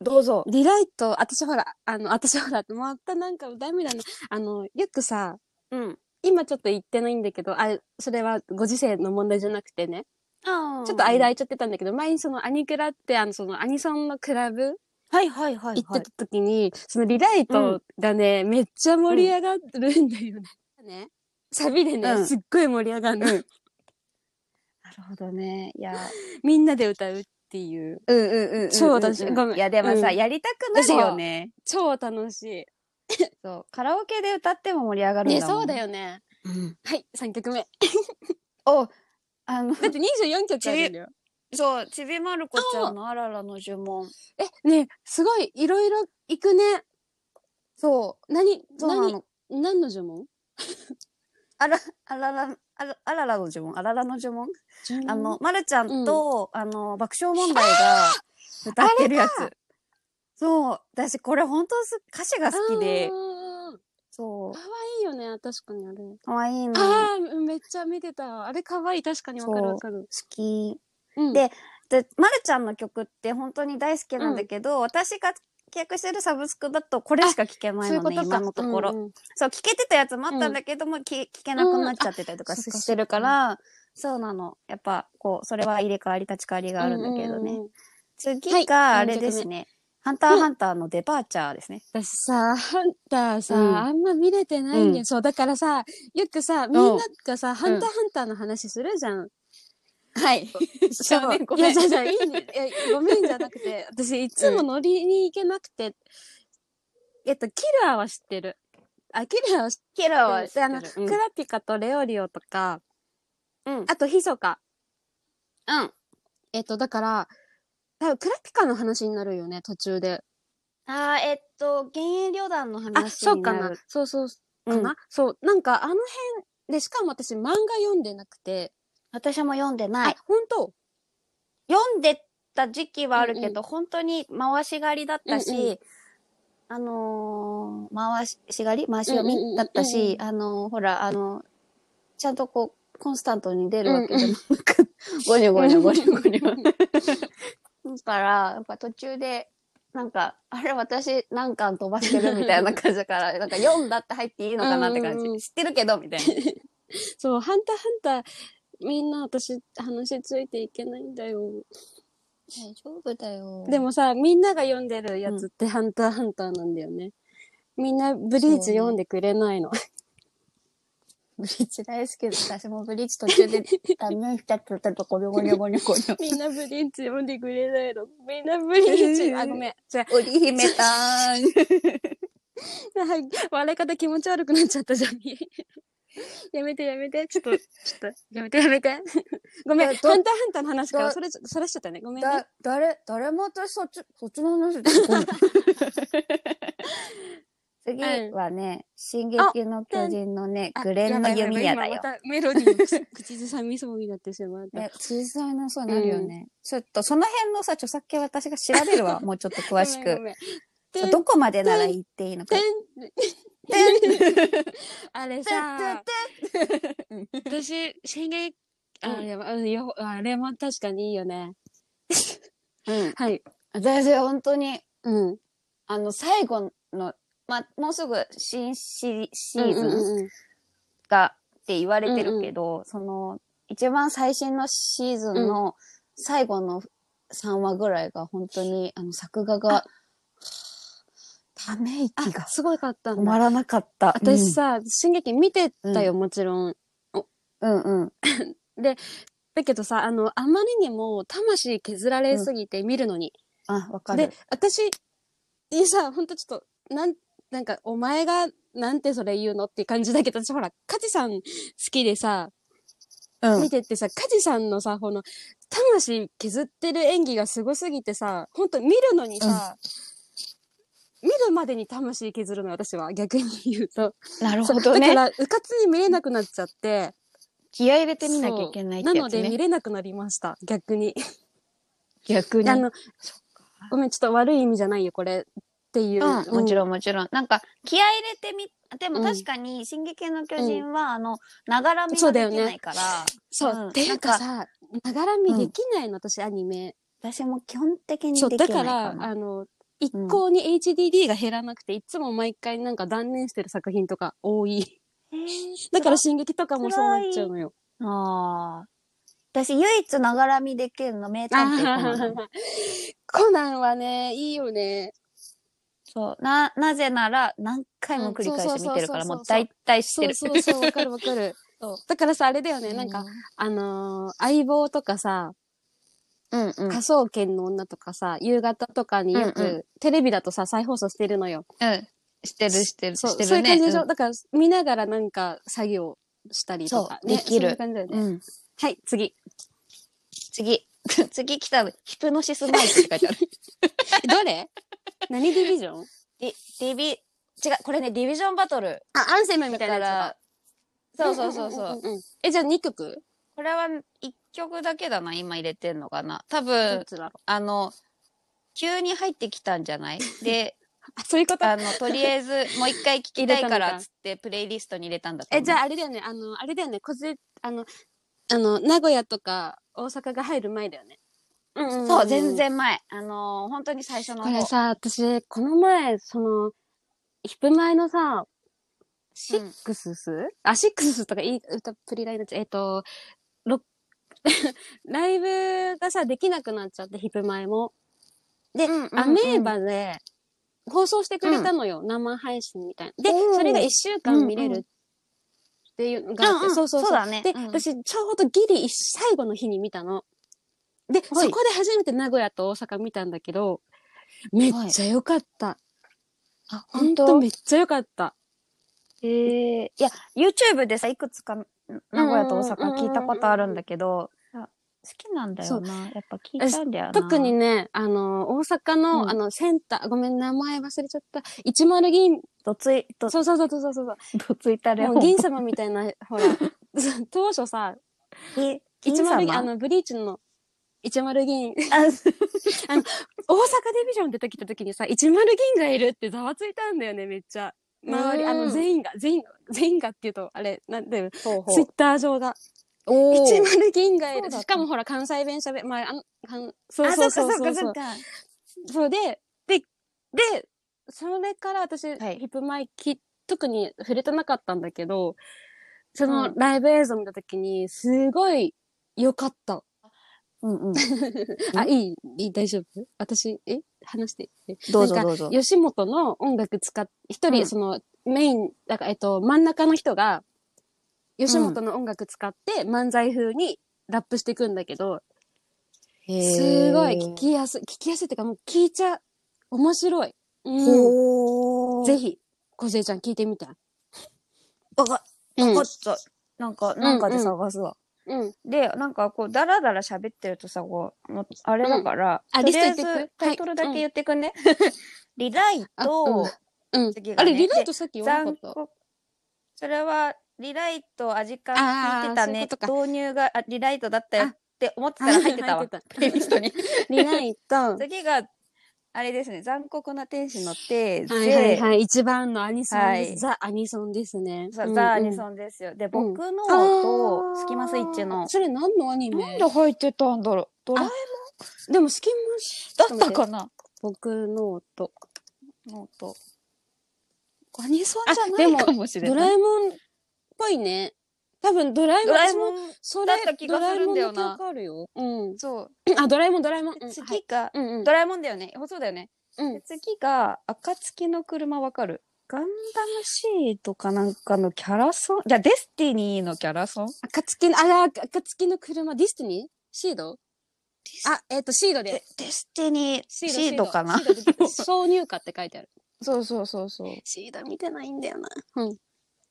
B: どうぞ。
A: リライト、私ほら、あの、私ほら、またなんかダメだな。あの、よくさ、
B: うん。
A: 今ちょっと言ってないんだけど、あ、それはご時世の問題じゃなくてね。
B: ちょ
A: ちょっと間空いちゃってたんだけど、前にそのアニクラって、あの、そのアニソンのクラブ
B: はいはいはい、は
A: 行
B: い。
A: ってた時に、そのリライトがね、めっちゃ盛り上がるんだよね。ね。 *laughs* サビでね、
B: うん
A: すっごい盛り上がるの。
B: なるほどね。いや、
A: みんなで歌うっていう。
B: うんうんうん
A: そう
B: うん
A: 私ごめん
B: いや、でもさ、
A: うん
B: やりたくなるよね。
A: 超楽しい。
B: そう。カラオケで歌っても盛り上がるん
A: ね、
B: だもん
A: そうだ。よね。
B: うん
A: はい、3曲目。
B: お、あ
A: *laughs*
B: の、
A: だって24曲あるんだよ。
B: そう、ちびまる子ちゃんのあららの呪文。
A: え、ね、すごい、いろいろ行くね。
B: そ
A: 何、
B: う、そうな
A: 何、
B: の。
A: 何の呪文
B: あら、あらら、あらあららの呪文、あららの呪文。
A: 呪文
B: あの、まるちゃんと、あの、爆笑問題が歌ってるや
A: あれ
B: つ。そう、私これ本当す歌詞が好きで
A: あ、ー
B: そう
A: 可、愛いよね、確かにあれ。
B: 可愛いの。好
A: ああ、めっちゃ見てた。あれ可愛い、確かにわかるわかる。
B: き。
A: うん
B: でで、まるちゃんの曲って本当に大好きなんだけど、私が契約してるサブスクだとこれしか聴けないのね、今のところ。
A: うんうん
B: そう、聴けてたやつもあったんだけども、き聴けなくなっちゃってたりと
A: う
B: か
A: んあそっか
B: してるから、そうなの。やっぱ、こう、それは入れ替わり立ち替わりがあるんだけどね。
A: うんうんうん
B: 次が、
A: はい
B: あれですね。ハンターハンターのデパーチャーですね。
A: 私さ、ハンターさ、
B: うん
A: あんま見れてないんだ
B: う
A: よ。
B: ん
A: そう、だからさ、よくさ、みんながさ、ハンターハンターの話するじゃん。
B: はい。
A: *laughs* そう
B: 少年ご
A: い
B: めん
A: や、じゃあじゃあいいね。いやごめんじゃな
B: *laughs*
A: くて、私いつも乗りに行けなくて、えっと、キルアは知ってる。あ、キルアは知っ
B: キラ
A: て
B: は
A: る。で、あの、クラピカとレオリオとか、
B: うん。うん。
A: あとヒソカ。
B: あ
A: えっと、だから、多分クラピカの話になるよね、途中で。
B: あー、えっと、幻影旅団の話になる。
A: あ、そうかな。そうそう、か
B: うん
A: な。そう、なんかあの辺で、しかも私漫画読んでなくて、
B: 私も読んでない。
A: あ、本当
B: 読んでた時期はあるけど、
A: うんう
B: 本当に回し狩りだったし、
A: うんう
B: あのー回し狩り回し読
A: うんうんうん
B: みだったし、
A: うんうん
B: あのーほら、あのーちゃんとこう、コンスタントに出るわけでもな *laughs*
A: *laughs*
B: く、ゴニョゴニョゴニョゴニョ。だから、やっぱ途中でなんか、あれ私何巻飛ばしてるみたいな感じだから、なんか読んだって入っていいのかなって感
A: うんうんうん
B: じ。知ってるけど、み
A: *laughs*
B: たいな。
A: そう、ハンターハンター、みんな私、話ついていけないんだよ。
C: 大丈夫だよ。
A: で、もさ、みんなが読んでるやつってハンターハンターなんだよね。みんなブリーチ読んでくれないの。
B: ブリーチ大好きです。私もブリーチ途中でダメにしちゃってたとこ、ゴニョゴニョゴニョ。
A: みんなブリーチ読んでくれないの。みんな *laughs* ブリーチ、あ、ごめん。じゃ
B: 織姫たーん。
A: あ、はい笑い方気持ち悪くなっちゃったじゃん。 *laughs* みえやめてやめて。ち
B: *laughs*
A: ょっと、ちょっと、やめてやめて。ごめん。ハ
B: だ
A: ン
B: ど
A: ターハンターの話から
B: だ
A: それ、そらしちゃったね。ごめん
B: *laughs*
A: ね。
B: だ、誰、誰も私そっち、そっちの話
A: *laughs*
B: 次はね、進撃の巨人のね、
A: あ
B: グレンの
A: やば
B: 弓
A: い
B: 矢
A: やば
B: だ
A: い今
B: よ
A: ま。たメロディーの口口ずさみそうになってし
B: *laughs*
A: まった。
B: ね、小さいな、そうなるよね。ちょっと、その辺のさ、著作権私が調べる
A: *laughs*
B: わ、もうちょっと詳し
A: ご
B: く。
A: めん
B: そう
A: ご
B: どこまでなら言っていいのか
A: めん。。 *laughs* あれさ、私、進撃、あ、
B: うん
A: やばうんよあれも確かにいいよね。
B: うん。
A: はい。
B: 私、本当に、
A: うん。
B: あの、最後の、まあ、もうすぐ新シリシー
A: うんうん
B: ズン
A: うん
B: がって言われてるけど、その、一番最新のシーズンの最後の3話ぐらいが本当に、あの、作画が、ため息が
A: あ、すごかった
B: 止
A: んだ
B: ま。らなかった。
A: 私さ、進撃見てたよ、もちろん。
B: うん、うんうん。
A: だけどさ、あの、あまりにも魂削られすぎて見るのに。
B: あ、わか
A: で
B: る。、
A: 私、いさ、ほんとちょっと、なん、なんか、お前が、なんてそれ言うのって感じだけど、私ほら、カジさん好きでさ、
B: うん
A: 見。てってさ、カジさんのさ、この、魂削ってる演技がすごすぎてさ、ほんと見るのにさ、見るまでに魂削るの、私は、逆に言うと。
B: なる
A: そ
B: ほ
A: う
B: どね
A: だか。ら、うかつに見れなくなっちゃって、
B: 気合い入れてみなきゃいけないって
A: な
B: やつ、ね、
A: ので見れなくなりました、逆に。
B: 逆に
A: あの、
B: そっか
A: ごめん、ちょっと悪い意味じゃないよ、これ。っていう。
B: うん、もち
A: ろん。
B: ろんもちろん。なんか、気合い入れてみ、で
A: う
B: も
A: ん
B: 確かに、進撃の巨人は、あの、ながら見
A: そ
B: が
A: うだ
B: で
A: よ
B: き
A: ね
B: ないから、
A: そう、
B: うん
A: ていうかさ、ながら見できないの、私、アニメ。
B: 私も基本的に
A: そう、
B: できな
A: だ
B: いか
A: から、
B: な。
A: あの、一向に HDD が減らなくて、いつも毎回なんか断念してる作品とか多 *laughs* い。
B: へー
A: だから
B: つ
A: 進撃とかもそうなっちゃうのよ。
B: らあー私、唯一ながら見できるの、名探偵コナンなの。
A: あー *laughs* コナンはね、いいよね。
B: そう。な、なぜなら、何回も繰り返し見てるから、
A: うん
B: も
A: そうそうそうそうそう
B: う大体知っ
A: そ
B: て
A: う
B: る。
A: そうそう、わかるわか *laughs* る
B: そう。
A: だからさ、あれだよね、なんか、、あのー相棒とかさ、
B: うんうん。うん
A: 仮想研の女とかさ、夕方とかによ
B: うんう
A: く、テレビだとさ、再放送してるのよ。
B: 知ってる、知ってる、知
A: そう、
B: って
A: そうい
B: る
A: う感
B: ね。
A: じでしょ、だから、見ながらなんか作業したりとか。
B: そう
A: ね、
B: できる
A: そういう感じだよね。
B: うんうん。
A: はい、次。
B: 次。 *laughs* 次来たの、ヒプノシスマイクって書いてある。
A: どれ何ディビジョン
B: ディビ、違う、これね、ディビジョンバトル。
A: あ、アンセムみ
B: だから、そうそうそうそう。。
A: え、じゃあ2曲
B: これは一曲だけだな、今入れてんのかな。多
A: どっ
B: 分、
A: ちだろう。
B: あの、急に入ってきたんじゃ
A: *laughs*
B: ないで、
A: あ、そういうこと
B: あの、とりあえず、もう一回聞きたいか
A: 入れたの
B: ら、
A: か
B: つって、プレイリストに入れたんだと思う
A: え、じゃああれだよね、あの、あれだよね、こず、あの、あの、名古屋とか大阪が入る前だよね。うんうんんん
B: そう、全。然前。あのー、本当に最初の
A: これ
B: 方。
A: さ、私、この前、その、ヒップ前のさ、シックスス、あ、シックススとかいい歌プリラインなっちゃう。えっ、と、ロック *laughs* ライブがさ、できなくなっちゃって、ヒップ前も。
B: で、うんうん
A: アメーバで放送してくれたのよ、生配信みたいな。で、
B: おー
A: それが1週間見れるっていうのがあっ
B: う
A: て、
B: んうん
A: そうそうそう。
B: そうだね
A: で、
B: うん
A: 私、ちょうどギリ最後の日に見たの。で、そ
B: はい
A: こで初めて名古屋と大阪見たんだけど、めっちゃ良かった。
B: あ、
A: ほん
B: 本
A: と
B: 当
A: めっちゃ良かった。
B: えー、いや、YouTube でさ、いくつかん名古屋と大阪聞いたことあるんだけど、いや好きなんだよな。やっぱ聞いちゃうんだよな。
A: 特にね、あの、大阪の、
B: うん
A: あの、センター、ごめん、名前忘れちゃった。一丸銀、
B: どつい、ど、
A: そうそうそうそうそうそう。
B: どついたれ
A: もう銀様みたいな、ほら、 *laughs* 当初さ、
B: 銀、銀
A: 一丸
B: 様
A: 銀、あの、ブリーチの、一丸銀、
B: あそう
A: 大阪デビジョン出てきた時にさ、一丸銀がいるってざわついたんだよね、めっちゃ。周り、
B: うん
A: あの、全員が、全員が、全員がっていうと、あれ、なんだよ、
B: ほう
A: ツイッター上が。
B: お
A: 一
B: ー
A: 丸銀がい
B: そうだ
A: る。
B: った
A: しかもほら、関西弁喋、まあ、あの、かんそ
B: あ、
A: うそ
B: そう
A: うそ
B: か
A: う
B: そう
A: そ
B: か
A: うそ
B: そうう。か。
A: そうで、で、で、それから私、
B: はい
A: ヒップマイキ、特に触れてなかったんだけど、そうの
B: ん
A: ライブ映像見たときに、すごい良かった。
B: うんうん。
A: あ、いいいい大丈夫私、え話して。え
B: どうぞ
A: なんか
B: どうぞ。
A: 吉本の音楽使っ、一
B: う
A: 人、
B: ん
A: その、メイン、だから、えっと、真ん中の人が、吉本の音楽使って漫才風にラップしていくんだけど、
B: へー
A: すごい聞きやすい、聞きやすいっていうか、もう聞いちゃ、面白い。うん。
B: ほー。
A: ぜひ、小杉ちゃん聞いてみたい。
B: わか
A: うん
B: わかった。なんか、なんかで探すわ。
A: うん。
B: で、なんかこう、だらだら喋ってるとさ、こう、のあれだから、
A: うんあ
B: とりあえ
A: リスト言って
B: ず
A: く
B: タイトルだけ言ってくんね。リライ
A: あ
B: ト、
A: うん
B: 次。
A: あ
B: がね
A: れ、リライトさっき言わな
B: 残
A: かっ
B: 酷。それは、リライト、味感聞いてたね。
A: あーそ
B: 導入があリライトだったよ
A: あ
B: って思って
A: た。
B: たら入ってたわ。
A: 入って
B: プレイリストに。
A: たリライト。は
B: *laughs* 次が、あれですね、残酷な天使の手
A: いはい
B: で、
A: はい。一番のアニソンで
B: は
A: す。
B: い
A: ザ・アニソンですね。
B: さ
A: うん
B: ザ・アニ
A: うん
B: ソンですよ。で、
A: ん
B: 僕のと、スキマスイッチ
A: あー
B: の。
A: それ何のアニメ
B: 入ってたんだろう。ド
A: ラえでも、スキマス
B: だったかな
A: 僕の音。
B: ノート。アニソ
A: ンじゃないか
B: もし
A: ドラえもんっぽいね。多分、ドラえもん。
B: ドラえ
A: ん。
B: もん。
A: そ
B: だ
A: れ
B: っ、た気がするんだよな
A: ドラえもの記憶あるよ。うん。
B: そう。
A: あ、ドラえもん、ドラえもん。うんはい
B: 次が、
A: うんうん。
B: ドラえもんだよね。そうだよね。
A: うん
B: で次が、暁の車わかるガンダムシートかなんかのキャラソンじゃあ、デスティニーのキャラソン
A: 暁の、あら、暁の車、ディスティニーシードあ、えっ、と、シードで。
B: デスティニーシードかな
A: シード挿入歌って書いてある。
B: そうそうそうそう。
A: *laughs*
B: *laughs*
A: シード見てないんだよな。うん。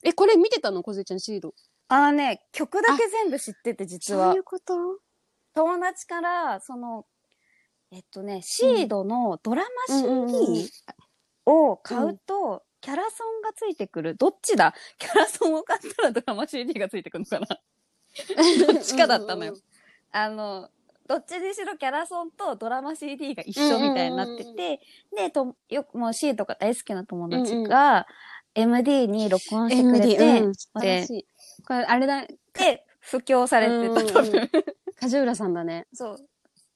A: え、これ見てたの小杉ちゃん、シード。
B: あのね、曲だけ全部知ってて、実は。
A: うこと
B: 友達から、その、えっとね、シードのドラマ CD を買うと、キャラソンがついてくる。どっちだキャラソンを買ったらドラマ CD がついてくるのか
A: *laughs*
B: などっちかだったのよ。あの、どっちにしろキャラソンとドラマ CD が一緒みたいになって
A: うんうん
B: て、で、と、よくもうシードが大好きな友達が、MD に録音してくれ
A: MD、
B: て、
A: うん、素晴らしい。これ、あれだ、
B: で、布教されてた、多
A: うんう
B: 分。
A: *laughs* 梶浦さんだね。
B: そ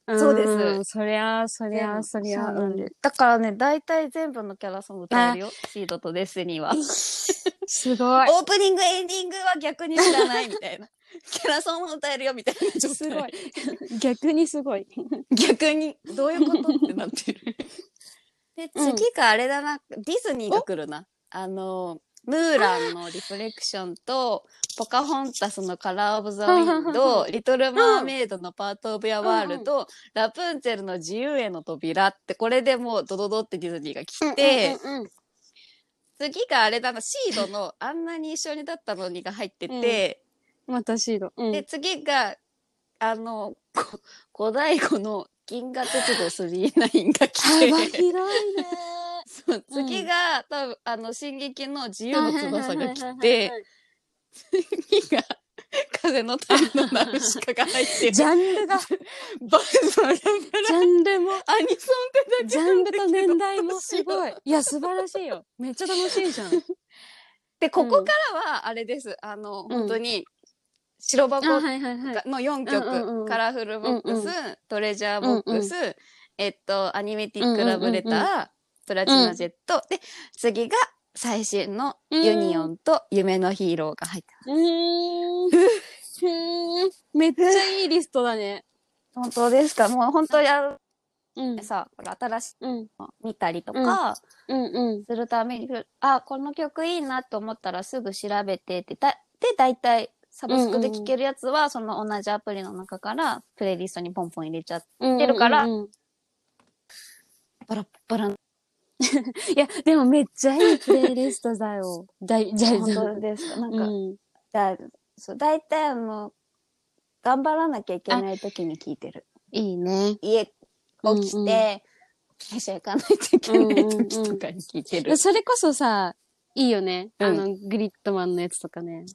B: う。そうです
A: ん。そりゃあ、そりゃあ、そりゃあ。
B: そうなん
A: う
B: で
A: ん
B: すだからね、大体全部のキャラソン歌えるよ。シードとデスティニーは。
A: すごい。
B: オープニング、エンディングは逆に知らないみたいな。 *laughs* キャラソンも歌えるよみたいな状態。
A: すごい。 *laughs* 逆にすごい。
B: 逆に、どういうことってなってる。で、
A: うん
B: 次があれだな、ディズニーが来るな。あの、ムーランのリフレクションと、ポカホンタスのカラーオブザウィンド、リトルマーメイドのパートオブヤワールド、ラプンツェルの自由への扉って、これでもうドドドってディズニーが来て、
A: うんうんうんうん
B: 次があれだな、シードのあんなに一緒にだったのにが入ってて、
A: またシード。うん
B: で、次が、あの、こ五大五の銀河鉄道39が
A: 幅
B: 来
A: 広
B: て、
A: *laughs* いね。
B: そう次が、多分あの、進撃の自由の
A: *laughs*
B: 翼が来て、次が、風の谷のナウシカが入ってる。
A: ジャンルが、ジ
B: バそれ
A: ャンルも、
B: アニソンってだけ
A: *laughs* ジャンルと年代もす
B: い。
A: ごい。いや、素晴らしいよ。めっちゃ楽しいじゃん。
B: で、ここからは、あれです。あの、
A: ん
B: 本当に、白箱
A: あ、はいはいはい。
B: の4曲、
A: うんうんうん
B: カラフルボックス、
A: うん
B: トレジャーボックス、えっと、アニメティックラブレター、
A: うんうん
B: プラチナジェット、で、次が最新の
A: うん
B: ユニオンと夢のヒーローが入って
A: うーん。うーんめっちゃいいリストだね。
B: ます。本当ですかもう本当にあの
A: うん。
B: さ、ほら新しい
A: うん。
B: の見たりとか
A: うんうん。
B: するために、あ、この曲いいなと思ったらすぐ調べてって、だで、大体、サブスクで聴けるやつは、その同じアプリの中から、プレイリストにポンポン入れちゃって、
A: 出
B: るから
A: うんうんうん
B: バラッバラの
A: いや、でもめっちゃいいプレイリストだよ。だい、じゃあ、
B: 本当ですかなんか、
A: うん
B: だそう大体あの頑張らなきゃいけない時に聞いてる
A: いいね。
B: 家起
A: うんうん
B: きて、会社行かないといけない時とかに聞いてる、
A: それこそさ、いいよね。
B: うん
A: あの、グリッドマンのやつとかね。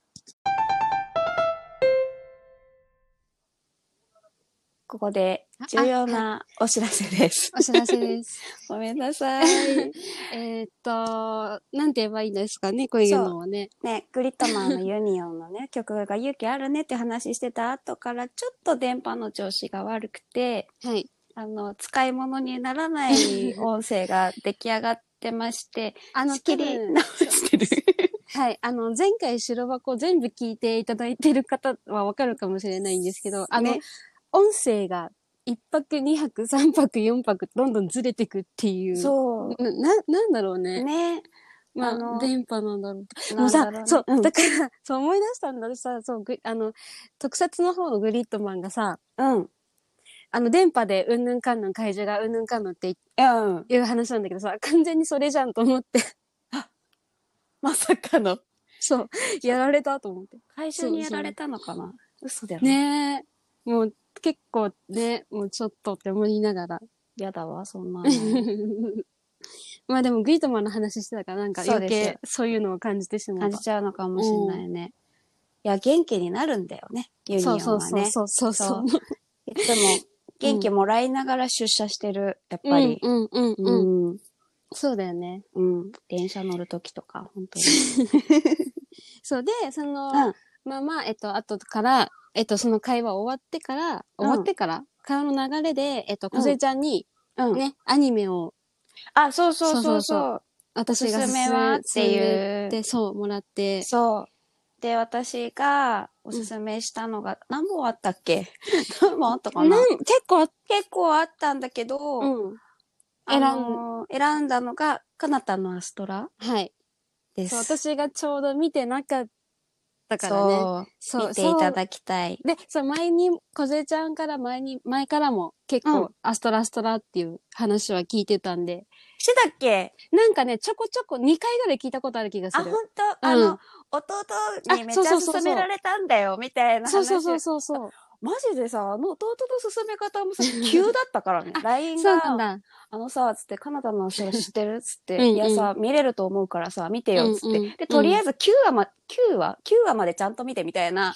B: ここで
A: あ
B: 重要なお知らせ
A: *laughs*
B: です
A: お知らせです。
B: ごめんなさい
A: えーっと、なんて言えばいいんですかね、こういうのはね。
B: *laughs* ねグリッドマンのユニオンのね *laughs* 曲が勇気あるねって話してた後からちょっと電波の調子が悪くて
A: はい。
B: ああの、使い物にならない音声が出来上がってま
A: *laughs*
B: して、
A: あの、
B: 仕切
A: 多
B: り
A: 分
B: 直して
A: *laughs*
B: る。
A: はい。あの、前回白箱全部聞いていただいてる方はわかるかもしれないんですけど、あの、
B: ね
A: 音声が1泊、2泊、3泊、4泊、どんどんずれてくっていう。
B: そ
A: な、ななんだろう
B: う。
A: ね。
B: ね。
A: ま
B: あ
A: あ、
B: の
A: 電波なんだろうけど。も
B: な
A: う
B: だ
A: んさ
B: ろ、ね
A: そう、
B: ん
A: だから、 *laughs* そう思い出したんだ。私さ、そう、ぐあの、特撮の方のグリッドマンがさ、
B: うん。
A: あの、電波でうんぬんかんぬん怪獣がうんぬんかんぬんって
B: うん。
A: いう話なんだけどさ、完全にそれじゃんと思って、
B: まさかの。
A: そう、やられたと思って。
B: 会社にやられたのかな嘘だよね。
A: ねえ。もう結構ね、もうちょっとって思いながら。
B: やだわ、そんな *laughs* の
A: *laughs* まあでもグリッドマンの話してたからなんか
B: そう
A: 余
B: ですよ
A: 計そういうのを感じてしま
B: 感
A: う
B: じ。ちゃうのかもしれないね。いや、元気になるんだよね、ユニオンは
A: そう
B: ね。
A: そうそうそうそうそう。
B: いつも元気もらいながら出社してる、やっ
A: う
B: ぱ
A: ん
B: り。
A: うんうん
B: う
A: うん。
B: ん。
A: そうだよね。
B: うん。電車乗るときとか、本当に。
A: そうで、その、
B: うん
A: まあまあ、えっと、後から、えっと、その会話終わってから、
B: うん
A: 終わってから、会話の流れで、えっと、
B: うん
A: 小瀬ちゃんに、
B: うん。
A: ね、アニメを
B: あ、そうそう
A: そ
B: そうう
A: そう
B: そう。お
A: 私
B: す
A: が
B: すめはって
A: う。
B: いう。
A: で、そう、もらって。
B: そう。で、私がおすすめしたのが、何本あったっけ *laughs* 何本あったかな
A: なん結構あっ
B: 結構あったんだけど、
A: うん。
B: あのー選んだのが、かなたのアストラ
A: はい。
B: で
A: そ
B: す。
A: う、私がちょうど見てなかったからね。
B: そう
A: そう、
B: 見ていた
A: そう
B: だきたい。
A: で、そう、前に、小瀬ちゃんから前に、前からも結
B: う
A: 構
B: ん、
A: アストラアストラっていう話は聞いてたんで、
B: してたっけ
A: なんかね、ちょこちょこ2回ぐらい聞いたことある気がす
B: あ、
A: る
B: ほ。んとあの、
A: うん
B: 弟にめっ
A: あ
B: ち
A: そ
B: ゃ
A: うそうそうそ
B: 勧
A: う
B: められたんだよ、みたいな話。
A: そうそうそうそうそう。
B: マジでさ、あの弟の勧め方もさ、急だったから
A: *laughs*
B: ね。LINE
A: そうなん
B: が、
A: だ。
B: あのさ、つって、カナダの人知ってるつって、
A: うんうん
B: いやさ、見れると思うからさ、見てよ、つって。
A: うんうん
B: で、とりあえず9話ま、9話 ?9 話までちゃんと見て、みたいな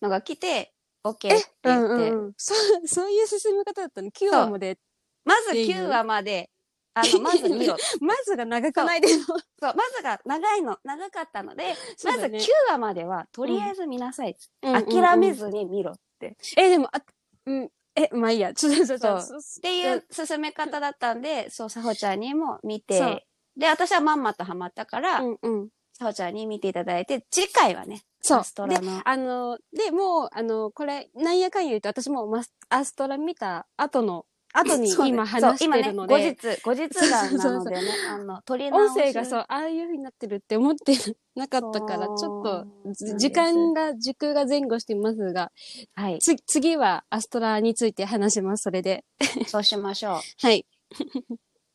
B: のが来て、OK って言って、
A: うんうんうん。そう、そういう進め方だったの。9話まで。
B: まず9話まで、あの、まず見ろ。
A: まずが長くない *laughs* でも。
B: そう、まずが長いの、長かったので、
A: そう
B: まず
A: だ
B: 9
A: ね
B: 話までは、とりあえず見なさい。
A: うんうんうん
B: 諦めずに見ろって。
A: え、でも、あ、うん。え、まあいいや。ちょっと、ちょっと、
B: そ
A: そう
B: っていう進め方だったんで、そう、さほちゃんにも見
A: そう
B: て、で、私はまんまとハマったから、
A: うんうん。
B: さほちゃんに見ていただいて、次回はね、
A: そう。
B: アストラの。
A: あの、で、もう、あの、これ、なんやかんや言うと、私もマスアストラ見た後の、後に
B: そうね
A: 今
B: そう
A: 話し
B: 今
A: て
B: ね
A: るので、
B: 後日、後日談なのでね、あの、取り直し
A: 音声がそう、ああいう風になってるって思ってなかったから、ち
B: そう
A: ょっと
B: な
A: じ、
B: んです
A: 時間が、時空が前後していますが、
B: はい、
A: つ、次はアストラについて話します、それで。
B: そうしましょう。
A: はい。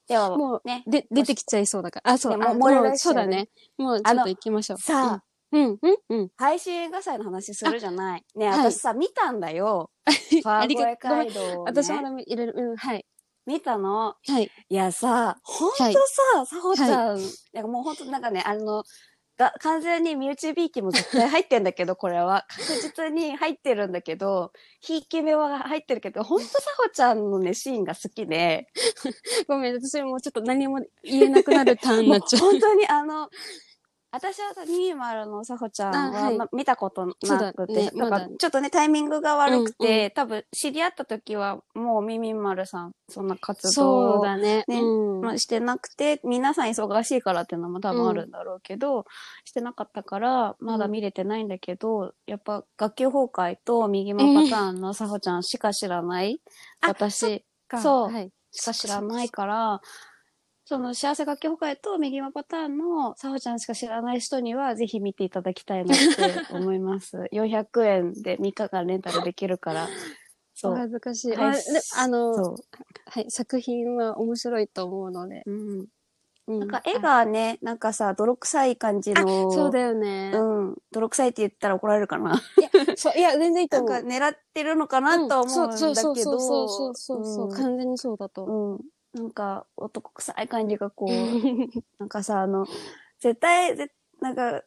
B: では、
A: も
B: ね、
A: で、出てきちゃいそうだから。あ、そう、
B: ね
A: あ
B: もう漏れ出しち
A: そ
B: ゃ
A: う
B: う
A: だね。もう、ちょっと行きましょう。
B: さあ、
A: うん、うん、うん。
B: 配信映画祭の話するじゃない。ね、
A: はい
B: 私さ、見たんだ
A: *laughs*
B: よ。川
A: あり
B: 越
A: がとう。ごめん
B: 街道をね、
A: 私も入れる、うん、はい。
B: 見たの。
A: はい。
B: いやさ、ほんと
A: はい
B: さ、さほちゃん、なんかもうほんとなんかね、あの、が完全に身内びいきも絶対入ってんだけど、 *laughs* これは。確実に入ってるんだけど、ひいき目は入ってるけど、ほんとさほちゃんのね、シーンが好きで、
A: ごめん、私もうちょっと何も言えなくなるターンに
B: も
A: な
B: う
A: っちゃう。
B: 本当にあの、私はさミニマルのさほちゃん
A: あ
B: は、
A: はい
B: ま見たこと
A: そうだ
B: なくて、
A: ね
B: なん
A: ま
B: か
A: だ
B: ちょっとね、タイミングが悪くて、多分知り合った時はもうミニマルさん、そんな活動
A: そう
B: を
A: だね。
B: ね
A: うん
B: まあ、してなくて、皆さん忙しいからっていうのも多分あるんだろうけど、してなかったから、まだ見れてないんだけど、やっぱ学級崩壊と右もパターンのさほちゃんしか知らない、
A: あ
B: 私
A: か
B: そう
A: はい。
B: しか知らないから、その幸せ学級崩壊と右もパターンのさほちゃんしか知らない人には、ぜひ見ていただきたいなって思います。400円
A: *laughs*
B: で3日間レンタルできるから、そ
A: お
B: う。
A: 恥ずかしい。
B: はい
A: まあであの、
B: そ
A: はい、作品は面白いと思うので。
B: う。うん。
A: な
B: なんか絵がね、なんかさ、泥臭い感じの。
A: そうだよね。
B: うん。泥臭いって言ったら怒られるかな。
A: そういや、全然いいと
B: なん
A: 思
B: か
A: う。
B: 狙ってるのかなとは思うんだけど。
A: そうそうそうそうそうそうそう、
B: うん
A: 完全にそうだと。
B: うん。なんか男臭い感じがこう、なんかさ、あの、絶対、ぜなんか、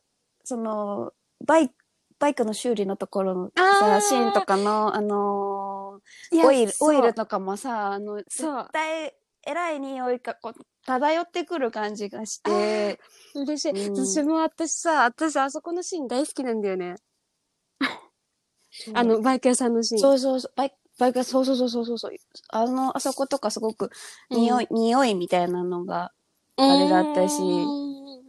B: その、バイク、バイクの修理のところの
A: あ
B: さ、
A: ー
B: シーンとかの、あの
A: い
B: ー
A: や
B: オイル、
A: そう
B: オイルとかもさ、あの、絶
A: そう。
B: 対、偉い匂いがこう、漂ってくる感じがして、
A: 嬉しい。
B: うん
A: 私も私さ、私あそこのシーン大好きなんだよね。あの、バイク屋さんのシーン。
B: そうそうそう、バイク、バイクがそうそうそうそうそうそう。あの、あそことかすごく匂い、匂いみたいなのが、あれだったし
A: うんうん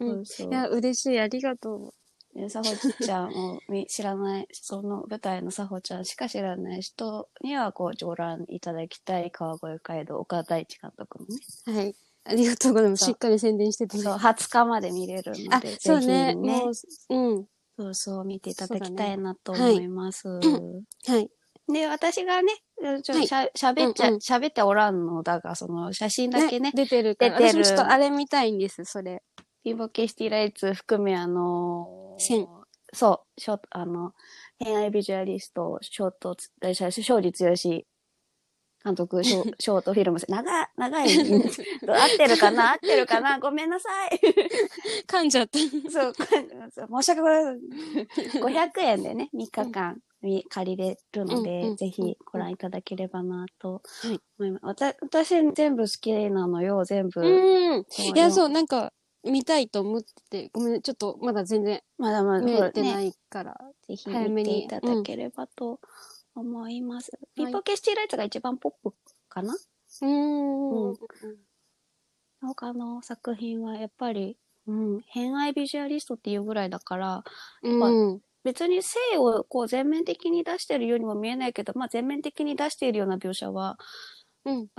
A: うんうん。
B: そうそう
A: いや、嬉しい。ありがと
B: でさほちゃんをみ知らない、その舞台のさほちゃんしか知らない人には、こう、上覧いただきたい川越街道、岡田大地監督のね、
A: う。はい。ありがとうございます。
B: そ
A: し
B: う
A: っかり宣伝しててね
B: そう、20日まで見れるので、
A: あ、そうね。
B: ぜひね
A: も、う、うん。
B: そうそう、見ていただきたいなと
A: そうだね
B: 思います。
A: はい。
B: で、私がね、ち
A: は
B: ょ
A: い
B: しゃ喋っちゃ、
A: うんうん
B: 喋っておらんのだが、その写真だけね、
A: 出てるから。
B: 出て
A: 私
B: る
A: もちょっとあれ見たいんです、そ
B: *laughs*
A: れ。
B: ピンボケシティライツ含め、あのー
A: 線
B: そう、ショート、あの、恋愛ビジュアリスト、ショート、えしゃ勝利剛監督、ショ
A: *laughs*
B: ショートフィルム、長い、長い、合ってるかな合ってるかなごめんなさい。 *laughs*
A: 噛んじゃった。
B: そう、こそう申し訳ございません。500円でね、3日間み借りれるので、
A: うんうん
B: ぜひご覧いただければなと
A: はい
B: 思います。わた私全部好きなのよ、全部。
A: うん。
B: そう。
A: いや、そうう、なんか、見たいと思ってて、ごめん、ちょっとまだ全然
B: まだまだ
A: 見れて
B: ね
A: ないから。
B: ぜひ
A: 早め
B: 見て
A: に
B: いただければと思います。
A: は
B: ピ
A: い
B: ンポケシティライツが一番ポップかな
A: うーん。
B: う他の作品はやっぱり、うん、偏愛ビジュアリストっていうぐらいだから、
A: うん。
B: 別に性をこう全面的に出してるようにも見えないけど、まあ全面的に出しているような描写は、
A: うん。
B: うん、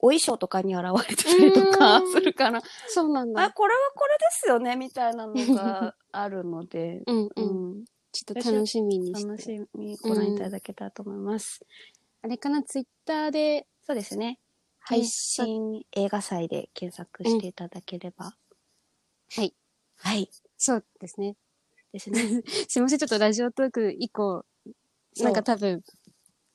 B: お衣装とかに現れてたりとか
A: うーん
B: するから、
A: そうなん
B: あ、
A: だ。、
B: これはこれですよね、みたいなのがあるので
A: うんう。
B: *laughs* うんん、
A: ちょっと楽しみにして。
B: 楽しみにご覧いただけたらと思います。
A: あれかな、ツイッターで、
B: そうですね。
A: 検
B: 配信映画祭で検索していただければ。
A: はい。
B: はい。
A: そうですね。
B: です *laughs* ね。
A: すいません、ちょっとラジオトーク以降、
B: な
A: なん
B: ん
A: か
B: か、*laughs*
A: 多分、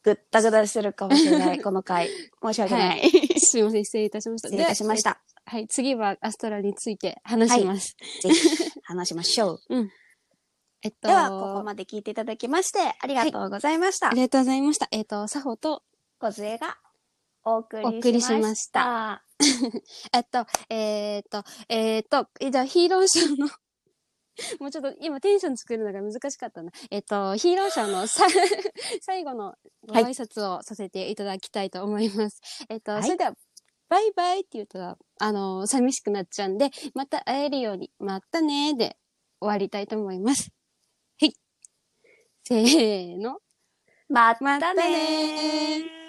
B: ぐったぐだしてるかもしれ *laughs* ない、この回。申し訳ない。
A: すいません、失礼いたしました。。
B: 失礼いたしましたた。
A: はい、次はアストラについて話します。
B: ぜひ、話しましょう。
A: えっと、
B: では、ここまで聞いていただきまして、ありがとうございました。
A: ありがとうございました。えっと、サホと、
B: 小杖がお送
A: お送り
B: り
A: し
B: し
A: ま
B: ま
A: し
B: した。
A: えっと、えっと、えっと、えじゃあヒーローショーの、 *laughs* もうちょっと今テンション作るのが難しかったな。えっと、ヒーローショーのさ *laughs* 最後のご挨拶をさせていただきたいと思います。えっと、
B: はい
A: それでは、バイバイって言うと、あの、寂しくなっちゃうんで、また会えるように、またねーで終わりたいと思います。はい。せーの。
B: ま
A: ま
B: た
A: た
B: ね
A: ね
B: ー。